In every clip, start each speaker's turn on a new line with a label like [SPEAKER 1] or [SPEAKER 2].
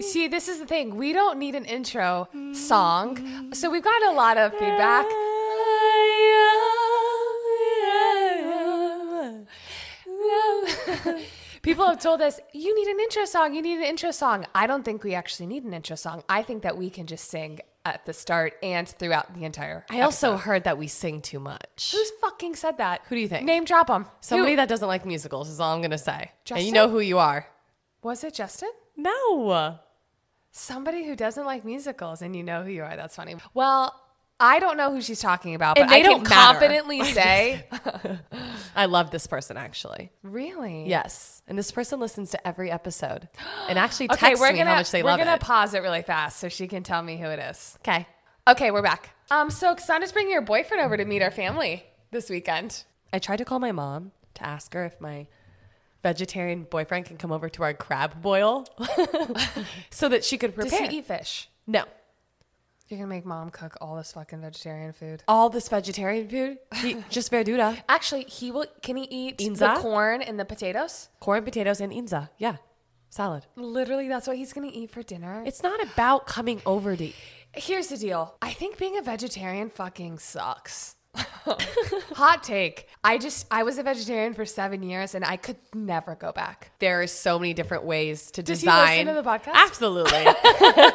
[SPEAKER 1] see, this is the thing. We don't need an intro song. So we've got a lot of feedback. People have told us, you need an intro song, you need an intro song. I don't think we actually need an intro song. I think that we can just sing at the start and throughout the entire.
[SPEAKER 2] I also heard that we sing too much.
[SPEAKER 1] Who's fucking said that?
[SPEAKER 2] Who do you think?
[SPEAKER 1] Name drop them.
[SPEAKER 2] Somebody that doesn't like musicals is all I'm gonna say. And you
[SPEAKER 1] Justin?
[SPEAKER 2] know who you are.
[SPEAKER 1] Was it Justin?
[SPEAKER 2] No.
[SPEAKER 1] Somebody who doesn't like musicals and you know who you are. That's funny. Well, I don't know who she's talking about,
[SPEAKER 2] And
[SPEAKER 1] but
[SPEAKER 2] they
[SPEAKER 1] I can
[SPEAKER 2] don't matter.
[SPEAKER 1] confidently say,
[SPEAKER 2] I love this person actually.
[SPEAKER 1] Hmm. really?
[SPEAKER 2] Yes. And this person listens to every episode and actually texts
[SPEAKER 1] Okay, we're
[SPEAKER 2] me
[SPEAKER 1] gonna
[SPEAKER 2] how much they
[SPEAKER 1] we're
[SPEAKER 2] love
[SPEAKER 1] gonna
[SPEAKER 2] it.
[SPEAKER 1] pause it really fast so she can tell me who it is.
[SPEAKER 2] okay.
[SPEAKER 1] Okay, we're back. Um, so Cassandra's bringing your boyfriend over to meet our family this weekend.
[SPEAKER 2] I tried to call my mom to ask her if my vegetarian boyfriend can come over to our crab boil so that she could
[SPEAKER 1] Does
[SPEAKER 2] prepare.
[SPEAKER 1] he eat fish?
[SPEAKER 2] no.
[SPEAKER 1] You're gonna make mom cook all this fucking vegetarian food.
[SPEAKER 2] All this vegetarian food, he, just verdura,
[SPEAKER 1] Actually, he will. Can he eat the
[SPEAKER 2] Inza?
[SPEAKER 1] corn and the potatoes?
[SPEAKER 2] corn, potatoes, and inza. Yeah, salad.
[SPEAKER 1] Literally, that's what he's gonna eat for dinner.
[SPEAKER 2] It's not about coming over to
[SPEAKER 1] Here's the deal. I think being a vegetarian fucking sucks. Hot take. I just I was a vegetarian for 7 years and I could never go back.
[SPEAKER 2] there are so many different ways to
[SPEAKER 1] Does he
[SPEAKER 2] design.
[SPEAKER 1] listen to the podcast?
[SPEAKER 2] Absolutely.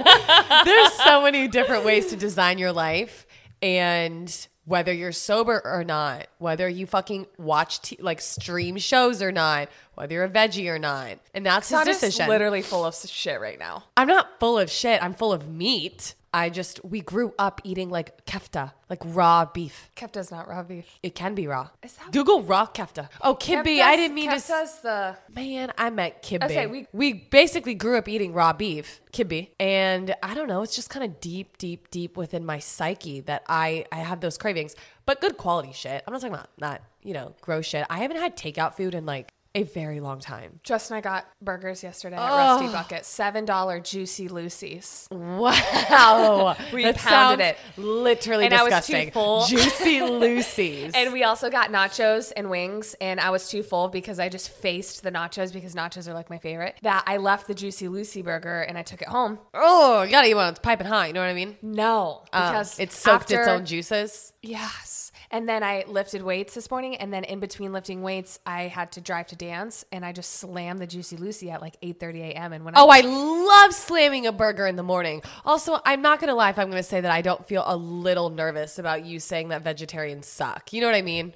[SPEAKER 2] There's so many different ways to design your life, and whether you're sober or not, whether you fucking watch t- like stream shows or not, whether you're a veggie or not, and that's his
[SPEAKER 1] Not
[SPEAKER 2] decision.
[SPEAKER 1] literally full of shit right now.
[SPEAKER 2] I'm not full of shit. I'm full of meat. I just we grew up eating like kefta, like raw beef.
[SPEAKER 1] Kefta's not raw beef.
[SPEAKER 2] It can be raw.
[SPEAKER 1] Is that-
[SPEAKER 2] Google raw kefta. Oh, kibbe. I didn't mean to. s-
[SPEAKER 1] Kefta's the
[SPEAKER 2] Man, I meant kibbe.
[SPEAKER 1] Okay,
[SPEAKER 2] we,
[SPEAKER 1] we-
[SPEAKER 2] basically grew up eating raw beef, kibbe. And I don't know, it's just kind of deep, deep, deep within my psyche that I, I have those cravings. But good quality shit. I'm not talking about not, you know, gross shit. I haven't had takeout food in like a very long time.
[SPEAKER 1] Justin and I got burgers yesterday at Rusty Bucket. $7 juicy Lucy's.
[SPEAKER 2] Wow.
[SPEAKER 1] We
[SPEAKER 2] That
[SPEAKER 1] pounded
[SPEAKER 2] sounds Literally
[SPEAKER 1] And I was too
[SPEAKER 2] disgusting.
[SPEAKER 1] full.
[SPEAKER 2] Juicy Lucy's.
[SPEAKER 1] And we also got nachos and wings, and I was too full because I just faced the nachos because nachos are like my favorite. That I left the Juicy Lucy burger and I took it home.
[SPEAKER 2] oh, you gotta eat one. It's piping hot, you know what I mean?
[SPEAKER 1] No,
[SPEAKER 2] Um,
[SPEAKER 1] because
[SPEAKER 2] it soaked its
[SPEAKER 1] after-
[SPEAKER 2] own juices.
[SPEAKER 1] Yes. And then I lifted weights this morning, and then in between lifting weights, I had to drive to dance, and I just slammed the Juicy Lucy at like 8:30 a.m. And when
[SPEAKER 2] Oh,
[SPEAKER 1] I
[SPEAKER 2] I love slamming a burger in the morning. Also, I'm not gonna lie if I'm gonna say that I don't feel a little nervous about you saying that vegetarians suck. You know what I mean?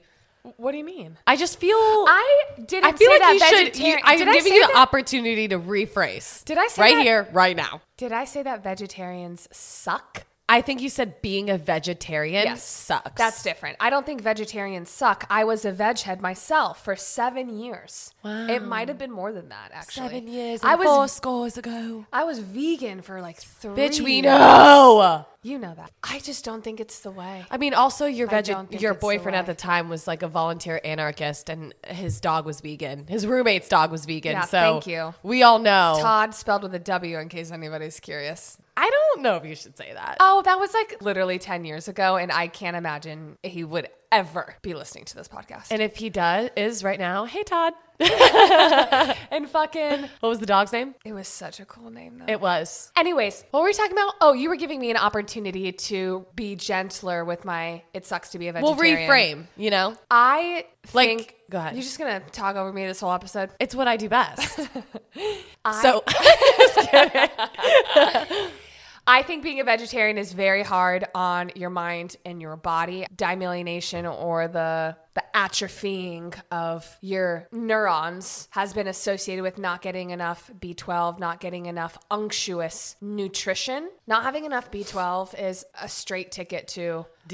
[SPEAKER 1] what do you mean?
[SPEAKER 2] I just feel Oh. I,
[SPEAKER 1] I didn't
[SPEAKER 2] feel
[SPEAKER 1] say
[SPEAKER 2] like
[SPEAKER 1] that
[SPEAKER 2] you should. You,
[SPEAKER 1] vegetarian.
[SPEAKER 2] I'm
[SPEAKER 1] did I
[SPEAKER 2] giving
[SPEAKER 1] say
[SPEAKER 2] you the
[SPEAKER 1] that?
[SPEAKER 2] opportunity to rephrase.
[SPEAKER 1] Did I say
[SPEAKER 2] right
[SPEAKER 1] that?
[SPEAKER 2] here, right now?
[SPEAKER 1] Did I say that vegetarians suck?
[SPEAKER 2] I think you said being a vegetarian sucks.
[SPEAKER 1] That's different. I don't think vegetarians suck. I was a veg head myself for seven years. It might have been more than that, actually.
[SPEAKER 2] seven years.
[SPEAKER 1] I was
[SPEAKER 2] scores ago.
[SPEAKER 1] I was vegan for like three.
[SPEAKER 2] Bitch, we know.
[SPEAKER 1] You know that. I just don't think it's the way.
[SPEAKER 2] I mean, also your
[SPEAKER 1] I
[SPEAKER 2] veg-
[SPEAKER 1] don't think
[SPEAKER 2] your
[SPEAKER 1] it's the
[SPEAKER 2] boyfriend at
[SPEAKER 1] way.
[SPEAKER 2] the time was like a volunteer anarchist, and his dog was vegan. His roommate's dog was vegan.
[SPEAKER 1] Yeah,
[SPEAKER 2] so
[SPEAKER 1] thank you.
[SPEAKER 2] We all know.
[SPEAKER 1] Todd spelled with a W, in case anybody's curious.
[SPEAKER 2] I don't know if you should say that.
[SPEAKER 1] Oh, that was like literally ten years ago, and I can't imagine he would ever be listening to this podcast. And,
[SPEAKER 2] And if he does is right now, hey Todd,
[SPEAKER 1] and fucking,
[SPEAKER 2] what was the dog's name?
[SPEAKER 1] it was such a cool name though.
[SPEAKER 2] It was.
[SPEAKER 1] Anyways, what were we talking about? Oh, you were giving me an opportunity to be gentler with my it sucks to be a
[SPEAKER 2] We'll
[SPEAKER 1] vegetarian.
[SPEAKER 2] reframe. You know,
[SPEAKER 1] I
[SPEAKER 2] Like,
[SPEAKER 1] think
[SPEAKER 2] go ahead.
[SPEAKER 1] You're just gonna talk over me this whole episode.
[SPEAKER 2] it's what I do best.
[SPEAKER 1] I-
[SPEAKER 2] so
[SPEAKER 1] I think being a vegetarian is very hard on your mind and your body. Demyelination or the the atrophying of your neurons has been associated with not getting enough B12, not getting enough unctuous nutrition. Not having enough B12 is a straight ticket to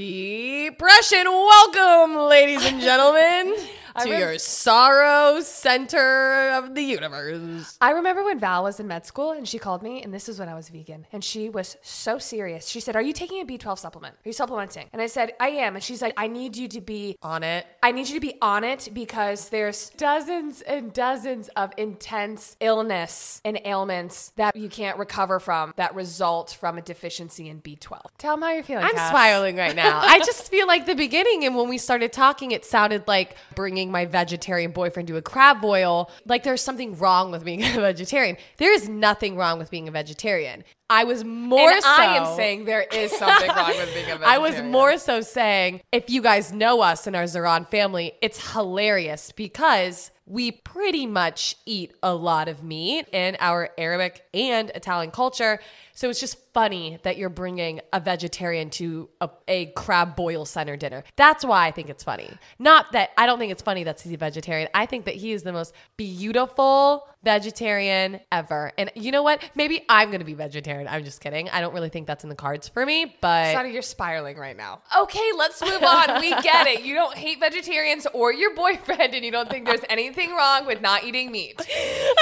[SPEAKER 2] depression. Welcome, ladies and gentlemen, to
[SPEAKER 1] rem-
[SPEAKER 2] your sorrow center of the universe.
[SPEAKER 1] I remember when Val was in med school and she called me, and this is when I was vegan, and she was so serious. She said, Are you taking a B12 supplement? Are you supplementing? And I said, I am. And she's like, I need you to be
[SPEAKER 2] On it.
[SPEAKER 1] I need you to be on it because there's dozens and dozens of intense illness and ailments that you can't recover from that result from a deficiency in B12. Tell them how you're feeling.
[SPEAKER 2] I'm
[SPEAKER 1] Cass.
[SPEAKER 2] spiraling right now. I just feel like the beginning and when we started talking, it sounded like bringing making my vegetarian boyfriend do a crab boil. Like there's something wrong with being a vegetarian. There is nothing wrong with being a vegetarian. I was more
[SPEAKER 1] And
[SPEAKER 2] so
[SPEAKER 1] I am saying there is something wrong with being a vegetarian.
[SPEAKER 2] I was more so saying, if you guys know us in our Zeron family, it's hilarious because we pretty much eat a lot of meat in our Arabic and Italian culture. So it's just funny that you're bringing a vegetarian to a, a crab boil center dinner. That's why I think it's funny. Not that I don't think it's funny that he's a vegetarian. I think that he is the most beautiful vegetarian ever. And you know what? Maybe I'm going to be vegetarian. I'm just kidding. I don't really think that's in the cards for me, but
[SPEAKER 1] Sonny, you're spiraling right now. Okay, let's move on. We get it. You don't hate vegetarians or your boyfriend, and you don't think there's anything wrong with not eating meat.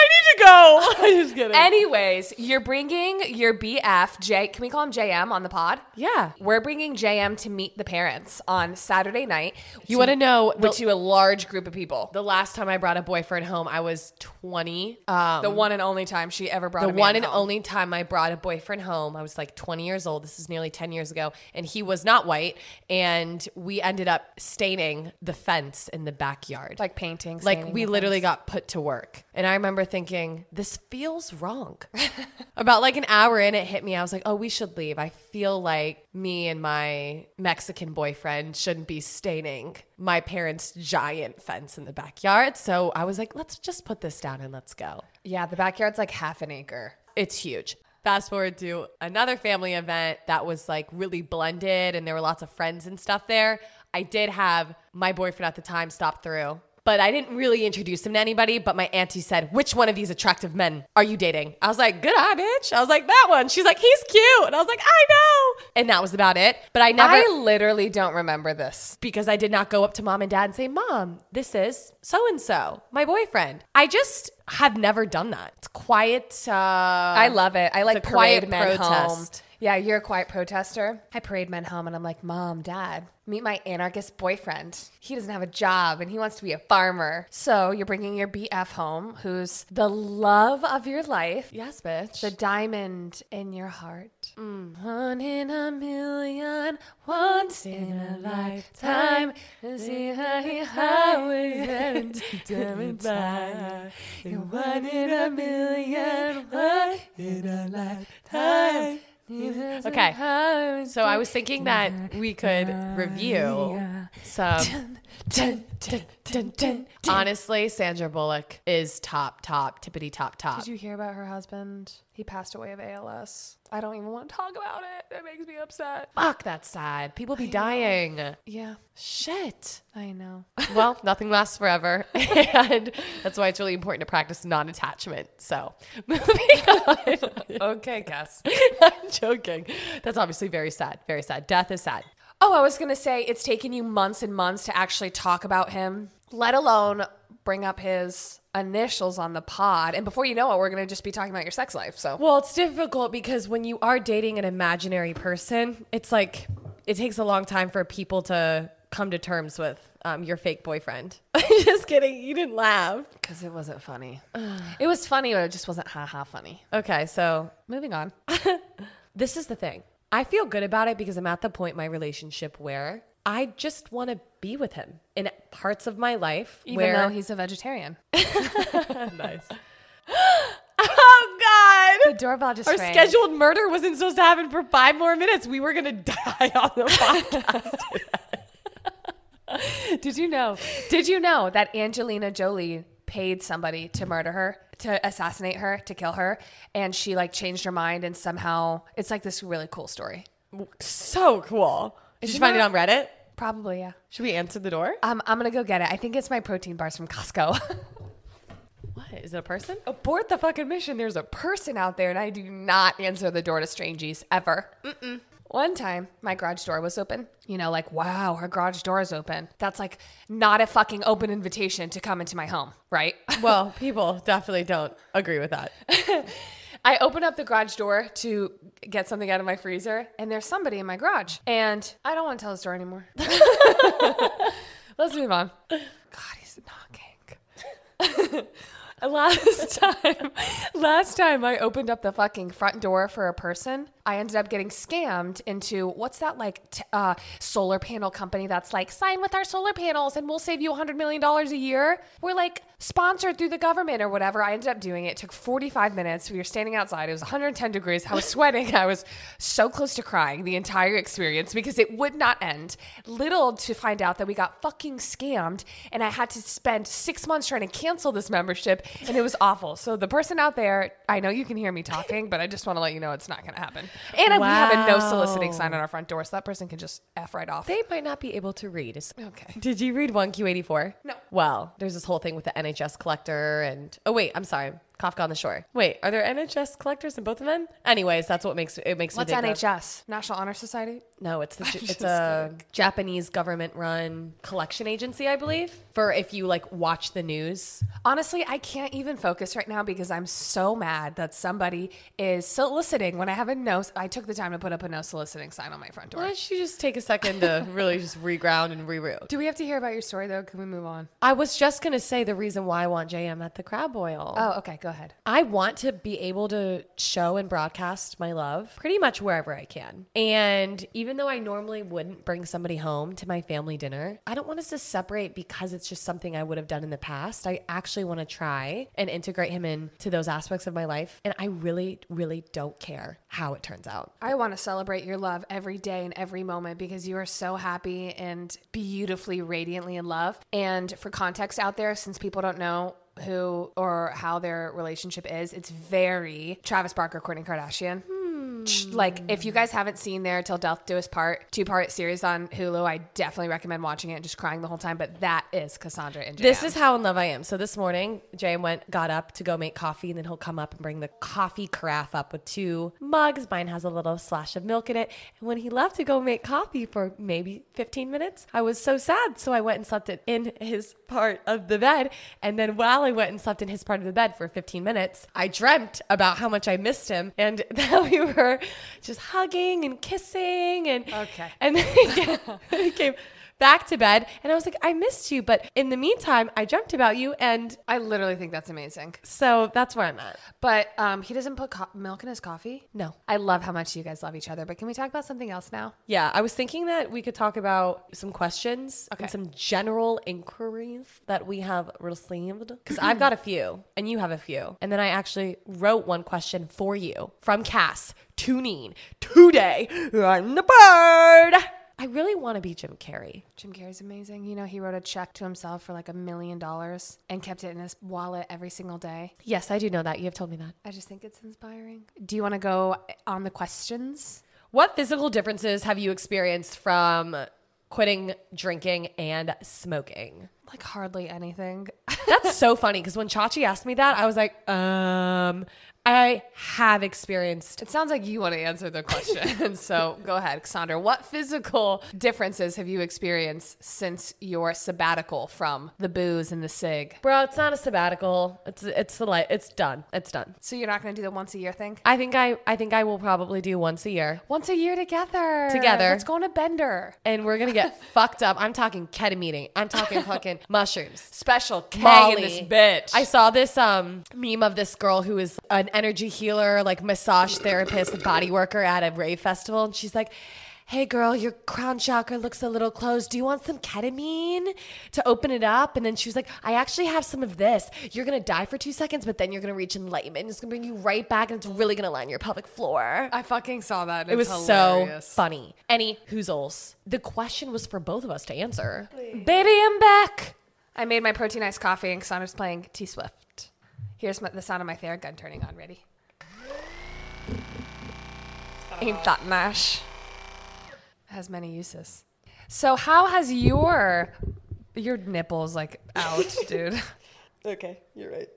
[SPEAKER 2] I need to go. I'm just kidding.
[SPEAKER 1] Anyways, you're bringing your BF, J. Can we call him JM on the pod?
[SPEAKER 2] yeah.
[SPEAKER 1] We're bringing JM to meet the parents on Saturday night.
[SPEAKER 2] You want to know
[SPEAKER 1] but to
[SPEAKER 2] the,
[SPEAKER 1] a large group of people.
[SPEAKER 2] the last time I brought a boyfriend home, I was 20. Um,
[SPEAKER 1] The one and only time she ever brought
[SPEAKER 2] the
[SPEAKER 1] a man
[SPEAKER 2] one and
[SPEAKER 1] home.
[SPEAKER 2] only time I brought a boyfriend home, I was like 20 years old. This is nearly 10 years ago. And he was not white. And we ended up staining the fence in the backyard.
[SPEAKER 1] like paintings.
[SPEAKER 2] Like we literally got put to work. And I remember thinking, this feels wrong. About like an hour in, it hit me. I was like, oh, we should leave. I feel like me and my Mexican boyfriend shouldn't be staining my parents' giant fence in the backyard. So I was like, let's just put this down and let's go.
[SPEAKER 1] yeah, the backyard's like half an acre.
[SPEAKER 2] It's huge. Fast forward to another family event that was like really blended and there were lots of friends and stuff there. I did have my boyfriend at the time stop through, but I didn't really introduce him to anybody. But my auntie said, Which one of these attractive men are you dating? I was like, Good eye, bitch. I was like, That one. She's like, He's cute. And I was like, I know. And that was about it. But I never
[SPEAKER 1] I literally don't remember this.
[SPEAKER 2] because I did not go up to mom and dad and say, Mom, this is so and so, my boyfriend. I just have never done that. It's quiet. Uh,
[SPEAKER 1] I love it. I like
[SPEAKER 2] a
[SPEAKER 1] parade
[SPEAKER 2] quiet
[SPEAKER 1] men home.
[SPEAKER 2] protest.
[SPEAKER 1] Yeah, you're a quiet protester. I parade men home and I'm like, Mom, Dad, meet my anarchist boyfriend. He doesn't have a job and he wants to be a farmer. So you're bringing your BF home, who's the love of your life,
[SPEAKER 2] Yes, bitch.
[SPEAKER 1] the diamond in your heart.
[SPEAKER 2] Mm.
[SPEAKER 1] One in a million, once in a lifetime. See how you always end diamond time. You're one in a million, one in a lifetime.
[SPEAKER 2] Okay. so I was thinking that we could review some.
[SPEAKER 1] Dun, dun, dun, dun.
[SPEAKER 2] Honestly, Sandra Bullock is top, top, tippity top, top.
[SPEAKER 1] Did you hear about her husband? He passed away of ALS. I don't even want to talk about it. It makes me upset.
[SPEAKER 2] Fuck, that's sad. People be dying.
[SPEAKER 1] Yeah,
[SPEAKER 2] Shit.
[SPEAKER 1] I know.
[SPEAKER 2] Well, nothing lasts forever. and that's why it's really important to practice non attachment. So, moving on.
[SPEAKER 1] okay, Cass.
[SPEAKER 2] I'm joking. That's obviously very sad. Very sad. Death is sad.
[SPEAKER 1] Oh, I was going to say it's taken you months and months to actually talk about him, let alone bring up his initials on the pod. And before you know it, we're going to just be talking about your sex life. So,
[SPEAKER 2] Well, it's difficult because when you are dating an imaginary person, it's like it takes a long time for people to come to terms with um, your fake boyfriend. Just kidding. You didn't laugh.
[SPEAKER 1] because it wasn't funny. it was funny, but it just wasn't ha ha funny.
[SPEAKER 2] Okay, so
[SPEAKER 1] Moving on.
[SPEAKER 2] this is the thing. I feel good about it because I'm at the point in my relationship where I just want to be with him in parts of my life
[SPEAKER 1] Even
[SPEAKER 2] where
[SPEAKER 1] though he's a vegetarian,
[SPEAKER 2] nice. oh
[SPEAKER 1] the
[SPEAKER 2] God.
[SPEAKER 1] doorbell just
[SPEAKER 2] Our
[SPEAKER 1] rang.
[SPEAKER 2] scheduled murder wasn't supposed to happen for five more minutes. We were gonna die on the podcast.
[SPEAKER 1] Did you know? Did you know that Angelina Jolie paid somebody to murder her, to assassinate her, to kill her, and she like changed her mind and somehow it's like this really cool story.
[SPEAKER 2] So cool. Did you find it on Reddit?
[SPEAKER 1] Probably, yeah.
[SPEAKER 2] Should we answer the door?
[SPEAKER 1] Um, I'm gonna go get it. I think it's my protein bars from Costco.
[SPEAKER 2] What? Is it a person?
[SPEAKER 1] Abort the fucking mission. There's a person out there, and I do not answer the door to strangies ever. Mm-mm. One time, my garage door was open. You know, like, wow, her garage door is open. That's like not a fucking open invitation to come into my home, right?
[SPEAKER 2] Well, people definitely don't agree with that.
[SPEAKER 1] I open up the garage door to get something out of my freezer, and there's somebody in my garage. And I don't want to tell the story anymore. Let's move on. God, he's knocking. last time, last time I opened up the fucking front door for a person, I ended up getting scammed into what's that like t- uh, solar panel company that's like, sign with our solar panels and we'll save you $100 million a year. We're like sponsored through the government or whatever. I ended up doing it. It took 45 minutes. We were standing outside. It was 110 degrees. I was sweating. I was so close to crying the entire experience because it would not end. Little to find out that we got fucking scammed and I had to spend six months trying to cancel this membership and it was awful. So the person out there, I know you can hear me talking, but I just want to let you know it's not going to happen. And I- we have a no soliciting sign on our front door, so that person can just F right off.
[SPEAKER 2] They might not be able to read. It's-
[SPEAKER 1] Okay.
[SPEAKER 2] Did you read 1Q84?
[SPEAKER 1] No.
[SPEAKER 2] Well, there's this whole thing with the NHS collector and oh wait, I'm sorry. Kafka on the shore. Wait, are there NHS collectors in both of them? Anyways, that's what makes it makes
[SPEAKER 1] What's
[SPEAKER 2] me think of-
[SPEAKER 1] NHS? National Honor Society?
[SPEAKER 2] No, it's the, it's
[SPEAKER 1] just
[SPEAKER 2] a Japanese government run collection agency, I believe. For if you like watch the news,
[SPEAKER 1] Honestly, I can't even focus right now because I'm so mad that somebody is soliciting when I have a no. I took the time to put up a no soliciting sign on my front door.
[SPEAKER 2] why don't you just take a second to really just reground and reroute?
[SPEAKER 1] Do we have to hear about your story though? Can we move on?
[SPEAKER 2] I was just gonna say the reason why I want JM at the crab boil.
[SPEAKER 1] Oh, okay. Go ahead.
[SPEAKER 2] I want to be able to show and broadcast my love pretty much wherever I can. And even though I normally wouldn't bring somebody home to my family dinner, I don't want us to separate because it's just something I would have done in the past. I actually want to try and integrate him into those aspects of my life. And I really, really don't care how it turns out.
[SPEAKER 1] I want to celebrate your love every day and every moment because you are so happy and beautifully, radiantly in love. And for context out there, since people don't know who or how their relationship is, it's very Travis Barker, Kourtney Kardashian. Ch- Like, if you guys haven't seen their Till Death Do Us Part two part series on Hulu, I definitely recommend watching it and just crying the whole time. But that is Cassandra and
[SPEAKER 2] This
[SPEAKER 1] JM.
[SPEAKER 2] is how in love I am. So this morning, Jay went, got up to go make coffee, and then he'll come up and bring the coffee carafe up with two mugs. Mine has a little splash of milk in it. And when he left to go make coffee for maybe 15 minutes, I was so sad. So I went and slept it in his part of the bed. And then while I went and slept in his part of the bed for 15 minutes, I dreamt about how much I missed him and that we were just hugging and kissing and
[SPEAKER 1] Okay.
[SPEAKER 2] and then he came, he came back to bed, and I was like, I missed you, but in the meantime, I dreamt about you, and
[SPEAKER 1] I literally think that's amazing.
[SPEAKER 2] so that's where I'm at.
[SPEAKER 1] But um, he doesn't put co- milk in his coffee.
[SPEAKER 2] No.
[SPEAKER 1] I love how much you guys love each other. But can we talk about something else now?
[SPEAKER 2] Yeah, I was thinking that we could talk about some questions
[SPEAKER 1] Okay.
[SPEAKER 2] and some general inquiries that we have received. Because I've got a few, and you have a few. And then I actually wrote one question for you from Cass. Tuning today on the bird. I really want to be Jim Carrey.
[SPEAKER 1] Jim Carrey's amazing. You know, he wrote a check to himself for like a million dollars and kept it in his wallet every single day.
[SPEAKER 2] Yes, I do know that. You have told me that.
[SPEAKER 1] I just think it's inspiring. Do you want to go on the questions?
[SPEAKER 2] What physical differences have you experienced from quitting drinking and smoking?
[SPEAKER 1] Like, hardly anything.
[SPEAKER 2] That's so funny because when Chachi asked me that, I was like, um, I have experienced.
[SPEAKER 1] it sounds like you want to answer the question. so go ahead, Cassandra. What physical differences have you experienced since your sabbatical from the booze and the cig?
[SPEAKER 2] Bro, it's not a sabbatical. It's it's the light. It's done. It's done.
[SPEAKER 1] So you're not going to do the once a year thing?
[SPEAKER 2] I think I I think I will probably do once a year,
[SPEAKER 1] Once a year together.
[SPEAKER 2] Together.
[SPEAKER 1] Let's go on a bender.
[SPEAKER 2] and we're gonna get fucked up. I'm talking ketamine. I'm talking fucking mushrooms.
[SPEAKER 1] Special K
[SPEAKER 2] Molly.
[SPEAKER 1] bitch.
[SPEAKER 2] I saw this um, meme of this girl who is an energy healer, like massage therapist, body worker at a rave festival, and she's like, "Hey, girl, your crown chakra looks a little closed. Do you want some ketamine to open it up?" And then she was like, "I actually have some of this. You're gonna die for two seconds, but then you're gonna reach enlightenment. It's gonna bring you right back, and it's really gonna align your pelvic floor."
[SPEAKER 1] I fucking saw that.
[SPEAKER 2] It was
[SPEAKER 1] hilarious.
[SPEAKER 2] so funny. Any whoozles? The question was for both of us to answer.
[SPEAKER 1] Baby, I'm back. I made my protein iced coffee and Cassandra's playing T Swift. Here's my, the sound of my Theragun turning on. Ready? Ain't that mash? Has many uses. So how has your your nipples like out, dude?
[SPEAKER 2] Okay, you're right.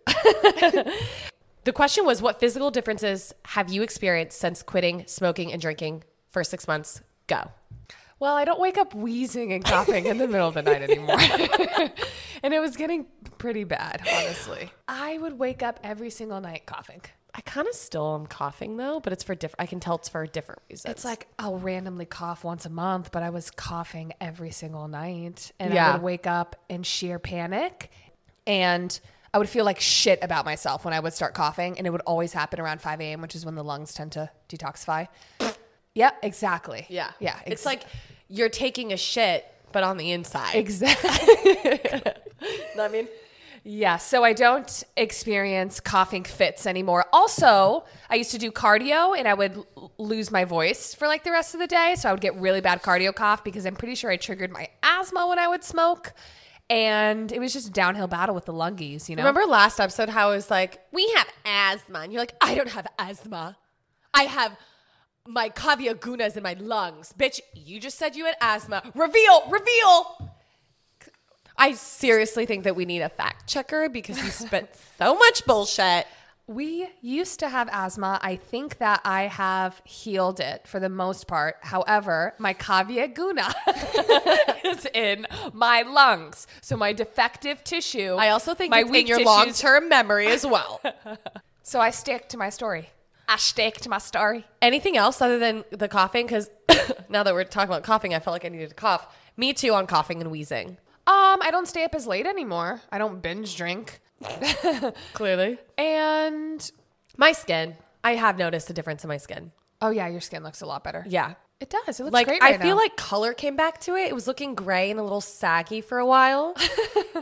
[SPEAKER 2] the question was what physical differences have you experienced since quitting smoking and drinking for six months? Go.
[SPEAKER 1] Well, I don't wake up wheezing and coughing in the middle of the night anymore. and it was getting pretty bad, honestly. I would wake up every single night coughing.
[SPEAKER 2] I kind of still am coughing though, but it's for different. I can tell it's for different reasons.
[SPEAKER 1] It's like I'll randomly cough once a month, but I was coughing every single night. And I
[SPEAKER 2] Yeah.
[SPEAKER 1] would wake up in sheer panic. And I would feel like shit about myself when I would start coughing, and it would always happen around 5 a.m., which is when the lungs tend to detoxify. yep, exactly.
[SPEAKER 2] Yeah.
[SPEAKER 1] yeah.
[SPEAKER 2] it's like you're taking a shit, but on the inside.
[SPEAKER 1] exactly.
[SPEAKER 2] I mean,
[SPEAKER 1] Yeah, so I don't experience coughing fits anymore. Also, I used to do cardio and I would l- lose my voice for like the rest of the day. So I would get really bad cardio cough because I'm pretty sure I triggered my asthma when I would smoke. And it was just a downhill battle with the lungies, you know?
[SPEAKER 2] remember last episode how I was like, we have asthma. And you're like, I don't have asthma. I have my cavia gunas in my lungs. Bitch, you just said you had asthma. Reveal, reveal. I seriously think that we need a fact checker because you spent so much bullshit.
[SPEAKER 1] We used to have asthma. I think that I have healed it for the most part. However, my cavia guna is in my lungs. So my defective tissue.
[SPEAKER 2] I also think
[SPEAKER 1] my
[SPEAKER 2] it's in
[SPEAKER 1] weak
[SPEAKER 2] your
[SPEAKER 1] tissues-
[SPEAKER 2] long term memory as well.
[SPEAKER 1] So I stick to my story. I stick to my story.
[SPEAKER 2] Anything else other than the coughing? Because now that we're talking about coughing, I felt like I needed to cough. Me too on coughing and wheezing.
[SPEAKER 1] Um, I don't stay up as late anymore. I don't binge drink.
[SPEAKER 2] Clearly.
[SPEAKER 1] And
[SPEAKER 2] My skin. I have noticed a difference in my skin.
[SPEAKER 1] oh yeah, your skin looks a lot better.
[SPEAKER 2] Yeah.
[SPEAKER 1] It does. It looks
[SPEAKER 2] Like
[SPEAKER 1] great.
[SPEAKER 2] I
[SPEAKER 1] right
[SPEAKER 2] feel
[SPEAKER 1] now.
[SPEAKER 2] like color came back to it. It was looking gray and a little saggy for a while.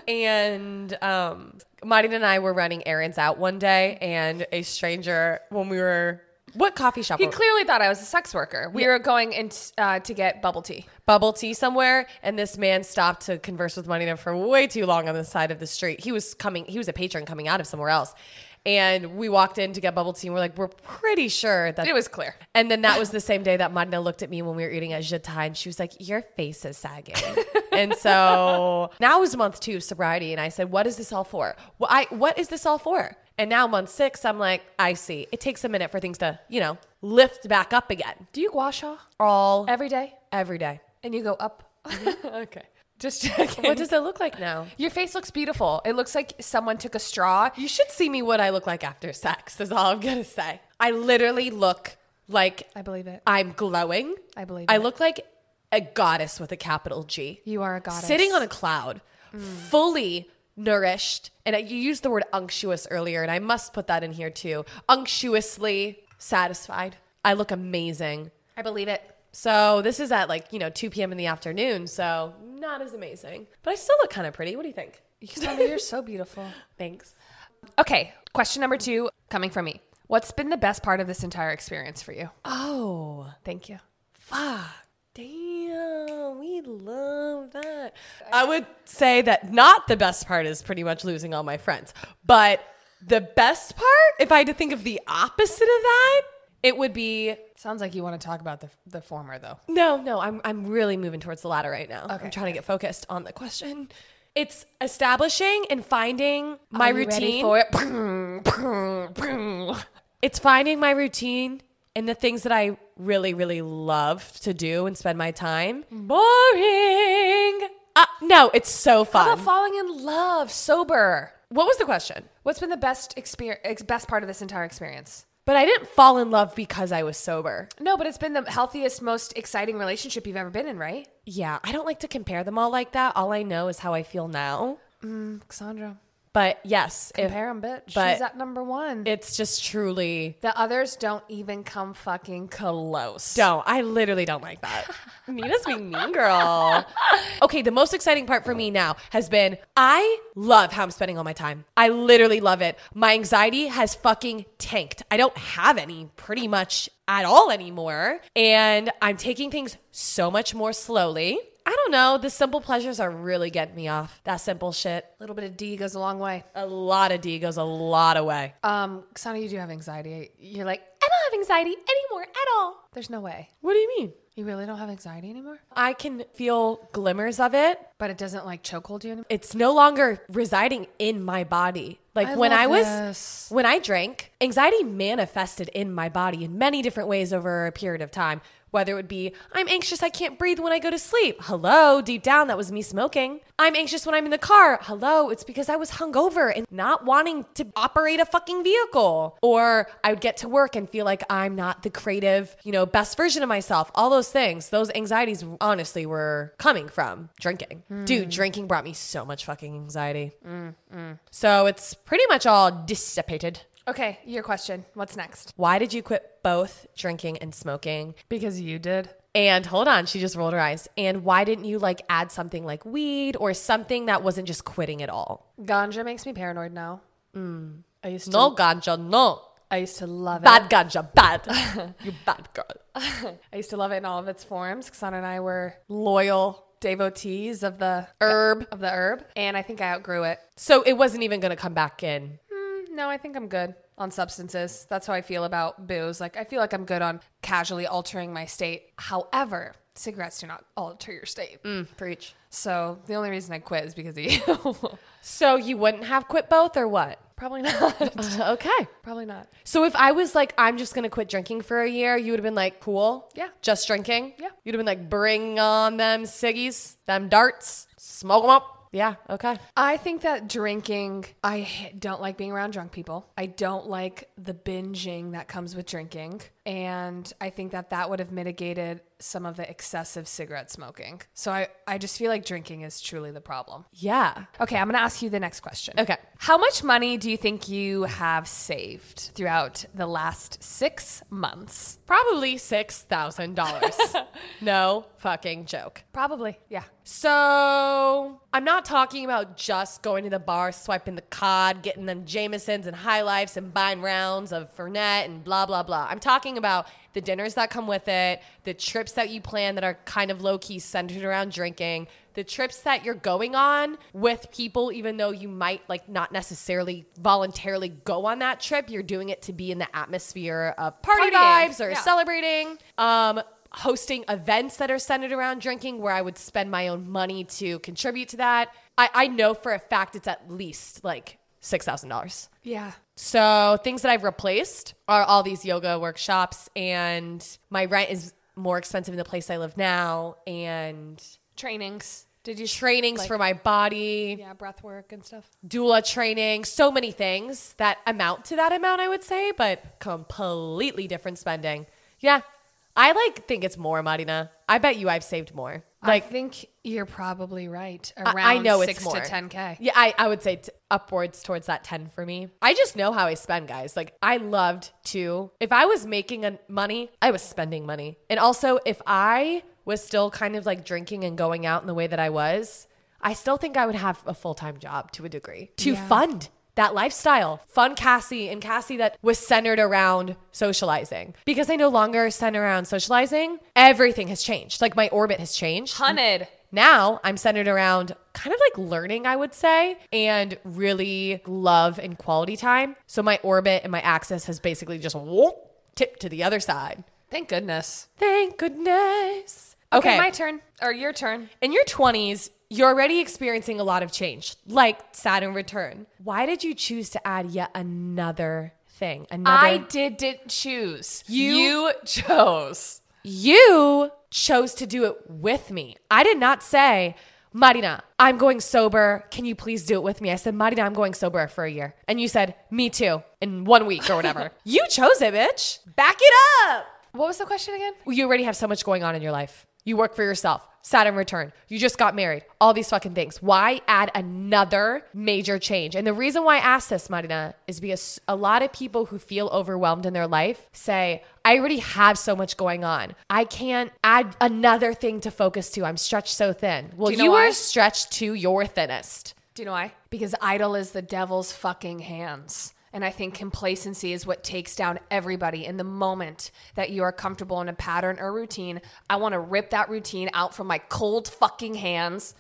[SPEAKER 2] and um Martin and I were running errands out one day and a stranger when we were what coffee shop?
[SPEAKER 1] he
[SPEAKER 2] were-
[SPEAKER 1] clearly thought I was a sex worker. We were going in uh, to get bubble tea.
[SPEAKER 2] bubble tea somewhere and this man stopped to converse with Marina for way too long on the side of the street. He was coming he was a patron coming out of somewhere else. And we walked in to get bubble tea and we're like, we're pretty sure that
[SPEAKER 1] It was clear.
[SPEAKER 2] and then that was the same day that Madna looked at me when we were eating at Jeta and she was like, Your face is sagging. and so now is month two of sobriety. And I said, What is this all for? Well, I, what is this all for? And now month six, I'm like, I see. It takes a minute for things to, you know, lift back up again.
[SPEAKER 1] Do you gua sha
[SPEAKER 2] All
[SPEAKER 1] every day?
[SPEAKER 2] every day.
[SPEAKER 1] And you go up. okay. Just checking.
[SPEAKER 2] What does it look like now?
[SPEAKER 1] your face looks beautiful. It looks like someone took a straw.
[SPEAKER 2] You should see me what I look like after sex, is all I'm gonna say. I literally look like
[SPEAKER 1] I believe it.
[SPEAKER 2] I'm glowing.
[SPEAKER 1] I believe
[SPEAKER 2] I
[SPEAKER 1] it.
[SPEAKER 2] look like a goddess with a capital G.
[SPEAKER 1] You are a goddess.
[SPEAKER 2] Sitting on a cloud, fully nourished. And I, you used the word unctuous earlier, and I must put that in here too. Unctuously satisfied. I look amazing.
[SPEAKER 1] I believe it.
[SPEAKER 2] So this is at like, you know, 2 p.m. in the afternoon, so not as amazing. But I still look kind of pretty. What do you think?
[SPEAKER 1] You tell me you're so beautiful.
[SPEAKER 2] Thanks.
[SPEAKER 1] Okay, question number two coming from me. What's been the best part of this entire experience for you?
[SPEAKER 2] Oh.
[SPEAKER 1] Thank you.
[SPEAKER 2] Fuck. Ah, Damn, we love that. I would say that not the best part is pretty much losing all my friends. But the best part, if I had to think of the opposite of that, it would be
[SPEAKER 1] Sounds like you want to talk about the, the former though.
[SPEAKER 2] no, no, I'm, I'm really moving towards the latter right now. I'm
[SPEAKER 1] Okay.
[SPEAKER 2] trying to get focused on the question. It's establishing and finding my
[SPEAKER 1] Are you
[SPEAKER 2] routine.
[SPEAKER 1] ready for it? Vroom, vroom, vroom.
[SPEAKER 2] it's finding my routine and the things that I really, really love to do and spend my time. Boring. Uh, no, it's so
[SPEAKER 1] How
[SPEAKER 2] fun.
[SPEAKER 1] about falling in love sober?
[SPEAKER 2] what was the question?
[SPEAKER 1] What's been the best experience? Best part of this entire experience?
[SPEAKER 2] But I didn't fall in love because I was sober.
[SPEAKER 1] No, but it's been the healthiest, most exciting relationship you've ever been in, right?
[SPEAKER 2] Yeah, I don't like to compare them all like that. All I know is how I feel now.
[SPEAKER 1] Cassandra,
[SPEAKER 2] But yes, if-
[SPEAKER 1] compare 'em, bitch.
[SPEAKER 2] but-
[SPEAKER 1] She's at number one.
[SPEAKER 2] it's just truly.
[SPEAKER 1] the others don't even come fucking close.
[SPEAKER 2] Don't. I literally don't like that. Nina's being mean, girl. Okay, the most exciting part for me now has been I love how I'm spending all my time. I literally love it. My anxiety has fucking tanked. I don't have any pretty much at all anymore. And I'm taking things so much more slowly. I don't know. The simple pleasures are really getting me off. That simple shit.
[SPEAKER 1] A little bit of D goes a long way.
[SPEAKER 2] A lot of D goes a lot of way.
[SPEAKER 1] Um, Sana, you do have anxiety. You're like, I don't have anxiety anymore at all. There's no way.
[SPEAKER 2] What do you mean?
[SPEAKER 1] You really don't have anxiety anymore?
[SPEAKER 2] I can feel glimmers of it,
[SPEAKER 1] But it doesn't like chokehold you anymore?
[SPEAKER 2] it's no longer residing in my body. Like
[SPEAKER 1] I
[SPEAKER 2] when
[SPEAKER 1] love
[SPEAKER 2] I was
[SPEAKER 1] this.
[SPEAKER 2] when I drank, anxiety manifested in my body in many different ways over a period of time. Whether it would be I'm anxious, I can't breathe when I go to sleep. Hello, deep down that was me smoking. I'm anxious when I'm in the car. Hello, it's because I was hungover and not wanting to operate a fucking vehicle. Or I would get to work and feel like I'm not the creative, you know, best version of myself. All those things, those anxieties honestly were coming from drinking. Dude, drinking brought me so much fucking anxiety. So it's pretty much all dissipated.
[SPEAKER 1] Okay, your question. What's next?
[SPEAKER 2] Why did you quit both drinking and smoking?
[SPEAKER 1] Because you did.
[SPEAKER 2] And hold on, she just rolled her eyes. And why didn't you like add something like weed or something that wasn't just quitting at all?
[SPEAKER 1] Ganja makes me paranoid now. Mm. I used to.
[SPEAKER 2] No ganja, no.
[SPEAKER 1] I used to love it.
[SPEAKER 2] Bad ganja, bad. you bad girl.
[SPEAKER 1] I used to love it in all of its forms. Kasan and I were loyal devotees of the
[SPEAKER 2] Herb.
[SPEAKER 1] of the herb, and I think I outgrew it.
[SPEAKER 2] So it wasn't even gonna come back in.
[SPEAKER 1] Mm, No, I think I'm good on substances. That's how I feel about booze. Like I feel like I'm good on casually altering my state. However, cigarettes do not alter your state.
[SPEAKER 2] Mm, preach.
[SPEAKER 1] So the only reason I quit is because of you.
[SPEAKER 2] So you wouldn't have quit both or what?
[SPEAKER 1] Probably not.
[SPEAKER 2] okay.
[SPEAKER 1] Probably not.
[SPEAKER 2] So if I was like, I'm just gonna quit drinking for a year, you would have been like, cool.
[SPEAKER 1] Yeah.
[SPEAKER 2] Just drinking.
[SPEAKER 1] Yeah.
[SPEAKER 2] You'd have been like, bring on them ciggies, them darts, smoke them up. Yeah. Okay.
[SPEAKER 1] I think that drinking, I h- don't like being around drunk people. I don't like the binging that comes with drinking. And I think that that would have mitigated some of the excessive cigarette smoking. So I, I just feel like drinking is truly the problem.
[SPEAKER 2] Yeah.
[SPEAKER 1] Okay, I'm gonna ask you the next question.
[SPEAKER 2] Okay.
[SPEAKER 1] How much money do you think you have saved throughout the last six months?
[SPEAKER 2] Probably six thousand dollars. no fucking joke.
[SPEAKER 1] Probably, yeah.
[SPEAKER 2] So I'm not talking about just going to the bar, swiping the cod, getting them Jamesons and High Lifes and buying rounds of Fernet and blah blah blah. I'm talking about the dinners that come with it, the trips that you plan that are kind of low key centered around drinking, the trips that you're going on with people, even though you might like not necessarily voluntarily go on that trip. You're doing it to be in the atmosphere of party
[SPEAKER 1] Partying,
[SPEAKER 2] vibes or
[SPEAKER 1] yeah.
[SPEAKER 2] celebrating celebrating, um, hosting events that are centered around drinking where I would spend my own money to contribute to that. I, I know for a fact it's at least like $6,000.
[SPEAKER 1] Yeah.
[SPEAKER 2] So things that I've replaced are all these yoga workshops, and my rent is more expensive in the place I live now, and
[SPEAKER 1] Trainings. Did you
[SPEAKER 2] trainings for my body,
[SPEAKER 1] Yeah, breath work and stuff.
[SPEAKER 2] doula training, so many things that amount to that amount, I would say, but completely different spending. Yeah. I like think it's more, Marina. I bet you I've saved more. Like
[SPEAKER 1] I think you're probably right.
[SPEAKER 2] I-
[SPEAKER 1] Around
[SPEAKER 2] I know
[SPEAKER 1] six
[SPEAKER 2] it's more.
[SPEAKER 1] to ten k.
[SPEAKER 2] Yeah, I, I would say t- upwards towards that 10 for me. I just know how I spend, guys. Like, I loved to. If I was making an- money, I was spending money. And also, if I was still kind of like drinking and going out in the way that I was, I still think I would have a full time job to a degree to
[SPEAKER 1] Yeah.
[SPEAKER 2] fund that lifestyle. Fun Cassie and Cassie that was centered around socializing. Because I no longer center around socializing, everything has changed. Like, my orbit has changed.
[SPEAKER 1] Hunted.
[SPEAKER 2] Now I'm centered around kind of like learning, I would say, and really love and quality time. So my orbit and my axis has basically just whoop, tipped to the other side.
[SPEAKER 1] Thank goodness.
[SPEAKER 2] Thank goodness.
[SPEAKER 1] Okay,
[SPEAKER 2] Okay,
[SPEAKER 1] my turn or your turn.
[SPEAKER 2] in your 20s, you're already experiencing a lot of change, like Saturn return. Why did you choose to add yet another thing? Another
[SPEAKER 1] I didn't choose.
[SPEAKER 2] You-
[SPEAKER 1] chose.
[SPEAKER 2] You chose to do it with me. I did not say, Marina, I'm going sober. Can you please do it with me? I said, Marina, I'm going sober for a year. And you said, me too, in one week or whatever. you chose it, bitch. Back it up.
[SPEAKER 1] What was the question again?
[SPEAKER 2] You already have so much going on in your life. You work for yourself, Saturn return. You just got married, all these fucking things. Why add another major change? And the reason why I asked this, Marina, is because a lot of people who feel overwhelmed in their life say, I already have so much going on. I can't add another thing to focus to. I'm stretched so thin. Well,
[SPEAKER 1] Do
[SPEAKER 2] you,
[SPEAKER 1] you know why?
[SPEAKER 2] are stretched to your thinnest.
[SPEAKER 1] Do you know why? Because idle is the devil's fucking hands. And I think complacency is what takes down everybody in the moment that you are comfortable in a pattern or routine. I want to rip that routine out from my cold fucking hands.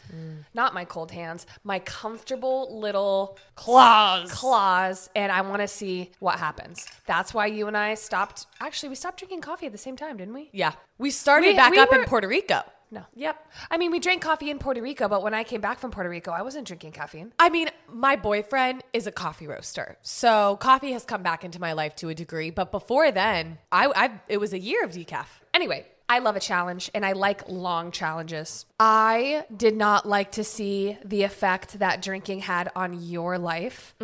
[SPEAKER 1] Not my cold hands, my comfortable little
[SPEAKER 2] Claws.
[SPEAKER 1] claws and I want to see what happens. That's why you and I stopped Actually, we stopped drinking coffee at the same time, didn't we?
[SPEAKER 2] Yeah. We started
[SPEAKER 1] We-
[SPEAKER 2] back
[SPEAKER 1] we
[SPEAKER 2] up
[SPEAKER 1] were-
[SPEAKER 2] in Puerto Rico.
[SPEAKER 1] No. Yep. I mean, we drank coffee in Puerto Rico, but when I came back from Puerto Rico, I wasn't drinking caffeine.
[SPEAKER 2] I mean, my boyfriend is a coffee roaster. So coffee has come back into my life to a degree. But before then, I, I it was a year of decaf.
[SPEAKER 1] Anyway, I love a challenge and I like long challenges. I did not like to see the effect that drinking had on your life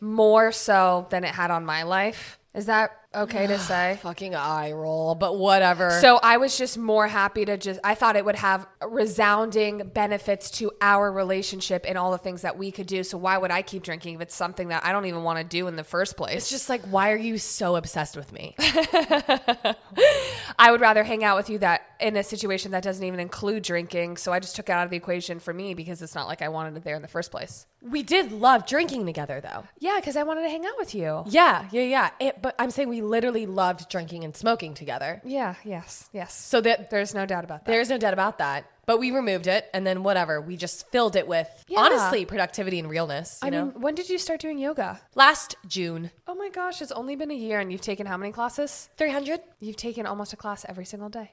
[SPEAKER 1] more so than it had on my life. Is that okay to say.
[SPEAKER 2] Fucking eye roll, but whatever.
[SPEAKER 1] So I was just more happy to just, I thought it would have resounding benefits to our relationship and all the things that we could do. So why would I keep drinking if it's something that I don't even want to do in the first place?
[SPEAKER 2] it's just like, why are you so obsessed with me?
[SPEAKER 1] I would rather hang out with you that in a situation that doesn't even include drinking. So I just took it out of the equation for me because it's not like I wanted it there in the first place.
[SPEAKER 2] we did love drinking together, though.
[SPEAKER 1] Yeah, because I wanted to hang out with you.
[SPEAKER 2] Yeah, yeah, yeah. It, but I'm saying we literally loved drinking and smoking together.
[SPEAKER 1] Yeah, yes, yes.
[SPEAKER 2] So that
[SPEAKER 1] There's no doubt about that.
[SPEAKER 2] there's no doubt about that. But we removed it, and then whatever. We just filled it with
[SPEAKER 1] Yeah.
[SPEAKER 2] honestly productivity and realness. You
[SPEAKER 1] I
[SPEAKER 2] know,
[SPEAKER 1] mean, when did you start doing yoga?
[SPEAKER 2] last June,
[SPEAKER 1] Oh my gosh, it's only been a year and you've taken how many classes?
[SPEAKER 2] three hundred.
[SPEAKER 1] You've taken almost a class every single day.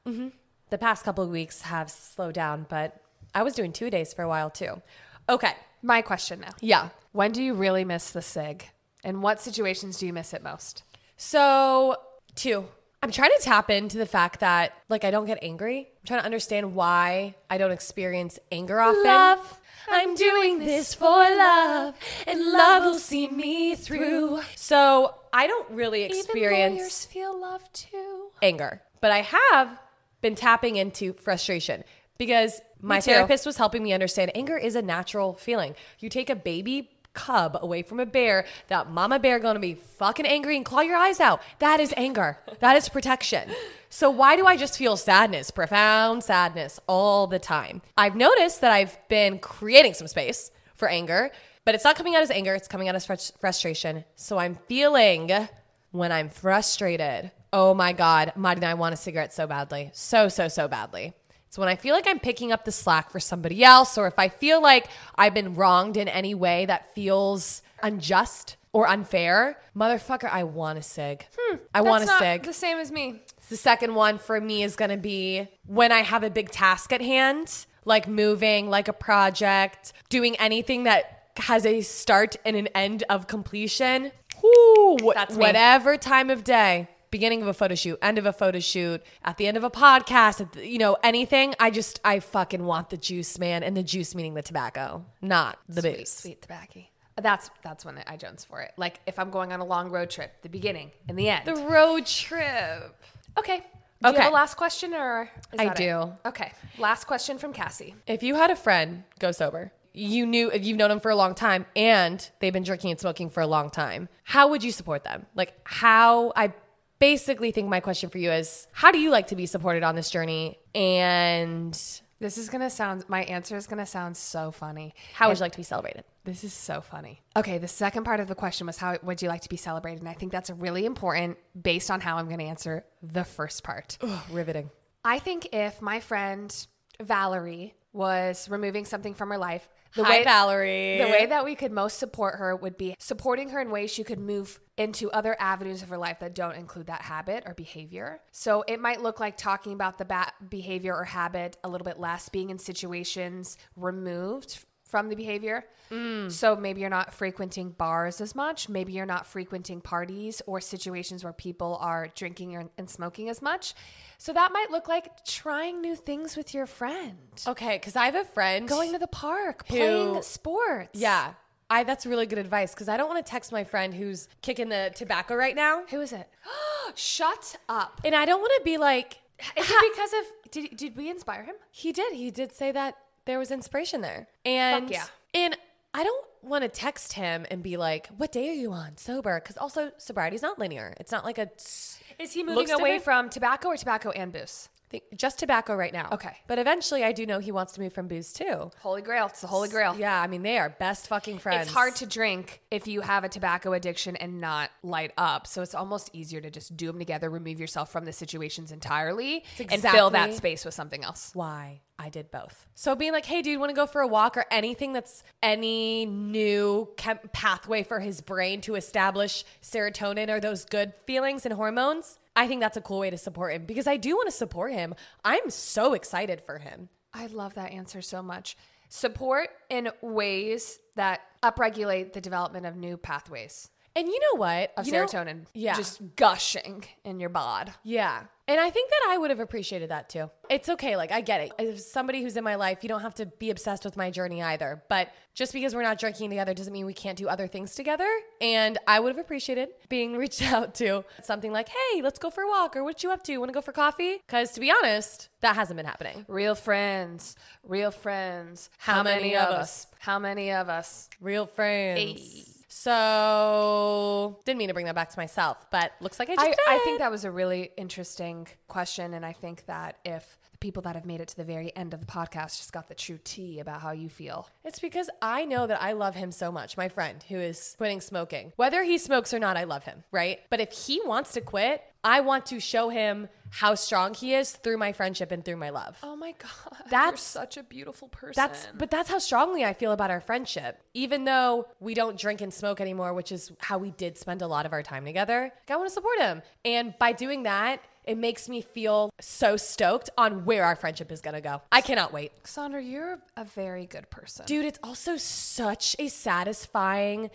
[SPEAKER 2] The past couple of weeks have slowed down, but I was doing two days for a while too. Okay,
[SPEAKER 1] My question now.
[SPEAKER 2] yeah.
[SPEAKER 1] When do you really miss the SIG? And what situations do you miss it most?
[SPEAKER 2] So, two. I'm trying to tap into the fact that, like, I don't get angry. I'm trying to understand why I don't experience anger often.
[SPEAKER 1] Love.
[SPEAKER 2] I'm doing this for love, and love will see me through. So, I don't really experience
[SPEAKER 1] feel love too.
[SPEAKER 2] anger, but I have been tapping into frustration because my
[SPEAKER 1] too.
[SPEAKER 2] therapist was helping me understand anger is a natural feeling. You take a baby cub away from a bear, that mama bear going to be fucking angry and claw your eyes out. That is anger. that is protection. So why do I just feel sadness, profound sadness all the time? I've noticed that I've been creating some space for anger, but it's not coming out as anger, it's coming out as frus- frustration. So I'm feeling when I'm frustrated. Oh my God, Marty and I want a cigarette so badly. So, so, so badly. It's when I feel like I'm picking up the slack for somebody else, or if I feel like I've been wronged in any way that feels unjust or unfair. Motherfucker, I want a cig. I want a cig.
[SPEAKER 1] The same as me.
[SPEAKER 2] The second one for me is going to be when I have a big task at hand, like moving, like a project, doing anything that has a start and an end of completion. Whoo, wh-
[SPEAKER 1] That's me.
[SPEAKER 2] whatever time of day, beginning of a photo shoot, end of a photo shoot, at the end of a podcast, at the, you know, anything. I just, I fucking want the juice, man. And the juice meaning the tobacco, not the
[SPEAKER 1] sweet,
[SPEAKER 2] booze.
[SPEAKER 1] sweet tobacco. That's that's when I jones for it. Like if I'm going on a long road trip, the beginning and the end.
[SPEAKER 2] The road trip.
[SPEAKER 1] okay. Do you
[SPEAKER 2] Okay.
[SPEAKER 1] have a last question or is
[SPEAKER 2] I
[SPEAKER 1] that it?
[SPEAKER 2] do.
[SPEAKER 1] Okay. Last question from Cassie.
[SPEAKER 2] If you had a friend go sober, you knew if you've known them for a long time and they've been drinking and smoking for a long time, how would you support them? Like how I basically think my question for you is how do you like to be supported on this journey and
[SPEAKER 1] This is gonna sound my answer is gonna sound so funny.
[SPEAKER 2] how would you like to be celebrated?
[SPEAKER 1] This is so funny. Okay, the second part of the question was how would you like to be celebrated? And I think that's really important based on how I'm going to answer the first part.
[SPEAKER 2] riveting.
[SPEAKER 1] I think if my friend Valerie was removing something from her life, the
[SPEAKER 2] Hi,
[SPEAKER 1] way
[SPEAKER 2] Valerie.
[SPEAKER 1] the way that we could most support her would be supporting her in ways she could move into other avenues of her life that don't include that habit or behavior. So it might look like talking about the ba- behavior or habit a little bit less, being in situations removed f- from the behavior.
[SPEAKER 2] Mm.
[SPEAKER 1] So maybe you're not frequenting bars as much. Maybe you're not frequenting parties or situations where people are drinking or, and smoking as much. So that might look like trying new things with your friend.
[SPEAKER 2] Okay, because I have a friend
[SPEAKER 1] Going to the park, playing
[SPEAKER 2] Who-
[SPEAKER 1] sports.
[SPEAKER 2] Yeah. I that's really good advice because I don't want to text my friend who's kicking the tobacco right now.
[SPEAKER 1] Who is it? Shut up.
[SPEAKER 2] And I don't want to be like
[SPEAKER 1] Is it because of did did we inspire him?
[SPEAKER 2] He did. He did say that there was inspiration there. And
[SPEAKER 1] yeah.
[SPEAKER 2] And I don't want to text him and be like, "What day are you on sober?" Because also sobriety's not linear. It's not like a s-
[SPEAKER 1] Is he moving
[SPEAKER 2] Looks
[SPEAKER 1] away
[SPEAKER 2] different?
[SPEAKER 1] from tobacco or tobacco and booze?
[SPEAKER 2] thing, just tobacco right now.
[SPEAKER 1] Okay.
[SPEAKER 2] But eventually, I do know he wants to move from booze too.
[SPEAKER 1] Holy grail. It's the holy grail.
[SPEAKER 2] Yeah. I mean, they are best fucking friends.
[SPEAKER 1] It's hard to drink if you have a tobacco addiction and not light up. So it's almost easier to just do them together, remove yourself from the situations entirely, and fill that
[SPEAKER 2] exactly-
[SPEAKER 1] space with something else.
[SPEAKER 2] why I did both. So being like, hey, dude, want to go for a walk or anything that's any new chem- pathway for his brain to establish serotonin or those good feelings and hormones. I think that's a cool way to support him because I do want to support him. I'm so excited for him.
[SPEAKER 1] I love that answer so much. Support in ways that upregulate the development of new pathways
[SPEAKER 2] And you know what?
[SPEAKER 1] of
[SPEAKER 2] You know-
[SPEAKER 1] serotonin
[SPEAKER 2] yeah.
[SPEAKER 1] just gushing in your bod.
[SPEAKER 2] yeah. And I think that I would have appreciated that too. It's okay. Like, I get it. As somebody who's in my life, you don't have to be obsessed with my journey either. But just because we're not drinking together doesn't mean we can't do other things together. And I would have appreciated being reached out to something like, hey, let's go for a walk or what you up to? Want to go for coffee? Because to be honest, that hasn't been happening.
[SPEAKER 1] Real friends, real friends. How, many, of us? How many of us?
[SPEAKER 2] Real friends. So, didn't mean to bring that back to myself, but looks like I just
[SPEAKER 1] I,
[SPEAKER 2] did.
[SPEAKER 1] I think that was a really interesting question. And I think that if the people that have made it to the very end of the podcast just got the true tea about how you feel,
[SPEAKER 2] It's because I know that I love him so much, my friend who is quitting smoking. Whether he smokes or not, I love him, right? But if he wants to quit, I want to show him how strong he is through my friendship and through my love.
[SPEAKER 1] oh my God,
[SPEAKER 2] That's-
[SPEAKER 1] such a beautiful person.
[SPEAKER 2] That's but that's how strongly I feel about our friendship. Even though we don't drink and smoke anymore, which is how we did spend a lot of our time together. Like, I want to support him. And by doing that, it makes me feel so stoked on where our friendship is going to go. I cannot wait.
[SPEAKER 1] Cassandra, you're a very good person.
[SPEAKER 2] Dude, it's also such a satisfying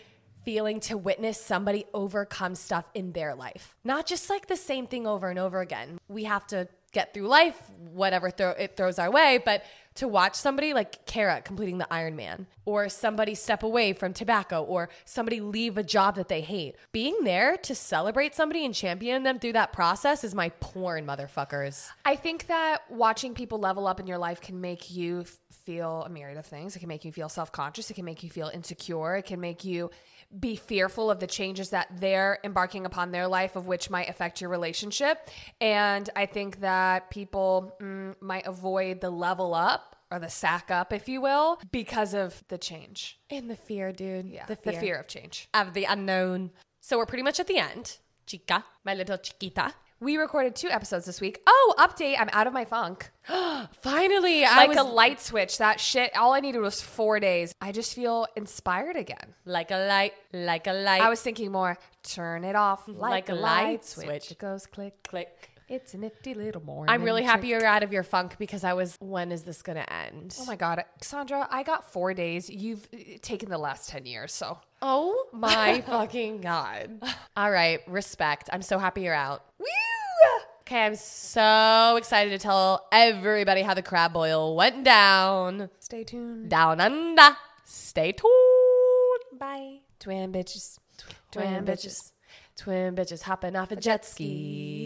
[SPEAKER 2] feeling to witness somebody overcome stuff in their life. Not just like the same thing over and over again. We have to get through life, whatever throw, it throws our way, but to watch somebody like Kara completing the Ironman or somebody step away from tobacco or somebody leave a job that they hate. Being there to celebrate somebody and champion them through that process is my porn, motherfuckers.
[SPEAKER 1] I think that watching people level up in your life can make you f- feel a myriad of things. It can make you feel self conscious. It can make you feel insecure. It can make you be fearful of the changes that they're embarking upon their life, of which might affect your relationship. And I think that people mm, might avoid the level up or the sack up, if you will, because of the change.
[SPEAKER 2] And the fear, dude.
[SPEAKER 1] Yeah.
[SPEAKER 2] The fear.
[SPEAKER 1] The fear of change.
[SPEAKER 2] of the unknown. So we're pretty much at the end. Chica, my little chiquita.
[SPEAKER 1] We recorded two episodes this week. Oh, update. I'm out of my funk.
[SPEAKER 2] Finally, I
[SPEAKER 1] like
[SPEAKER 2] was
[SPEAKER 1] a light switch. That shit. All I needed was four days. I just feel inspired again.
[SPEAKER 2] like a light, like a light.
[SPEAKER 1] I was thinking more. Turn it off like, a light, switch.
[SPEAKER 2] switch.
[SPEAKER 1] It goes click.
[SPEAKER 2] click.
[SPEAKER 1] It's a nifty little morning.
[SPEAKER 2] I'm really happy
[SPEAKER 1] trick.
[SPEAKER 2] you're out of your funk because I was. When is this gonna end?
[SPEAKER 1] Oh my god, Sandra! I got four days. You've uh, taken the last ten years, so
[SPEAKER 2] Oh my fucking god! All right, respect. I'm so happy you're out. Okay, I'm so excited to tell everybody how the crab boil went down,
[SPEAKER 1] stay tuned.
[SPEAKER 2] down under. Stay tuned.
[SPEAKER 1] Bye, twin bitches.
[SPEAKER 2] Twin bitches. Twin bitches hopping off a jet ski.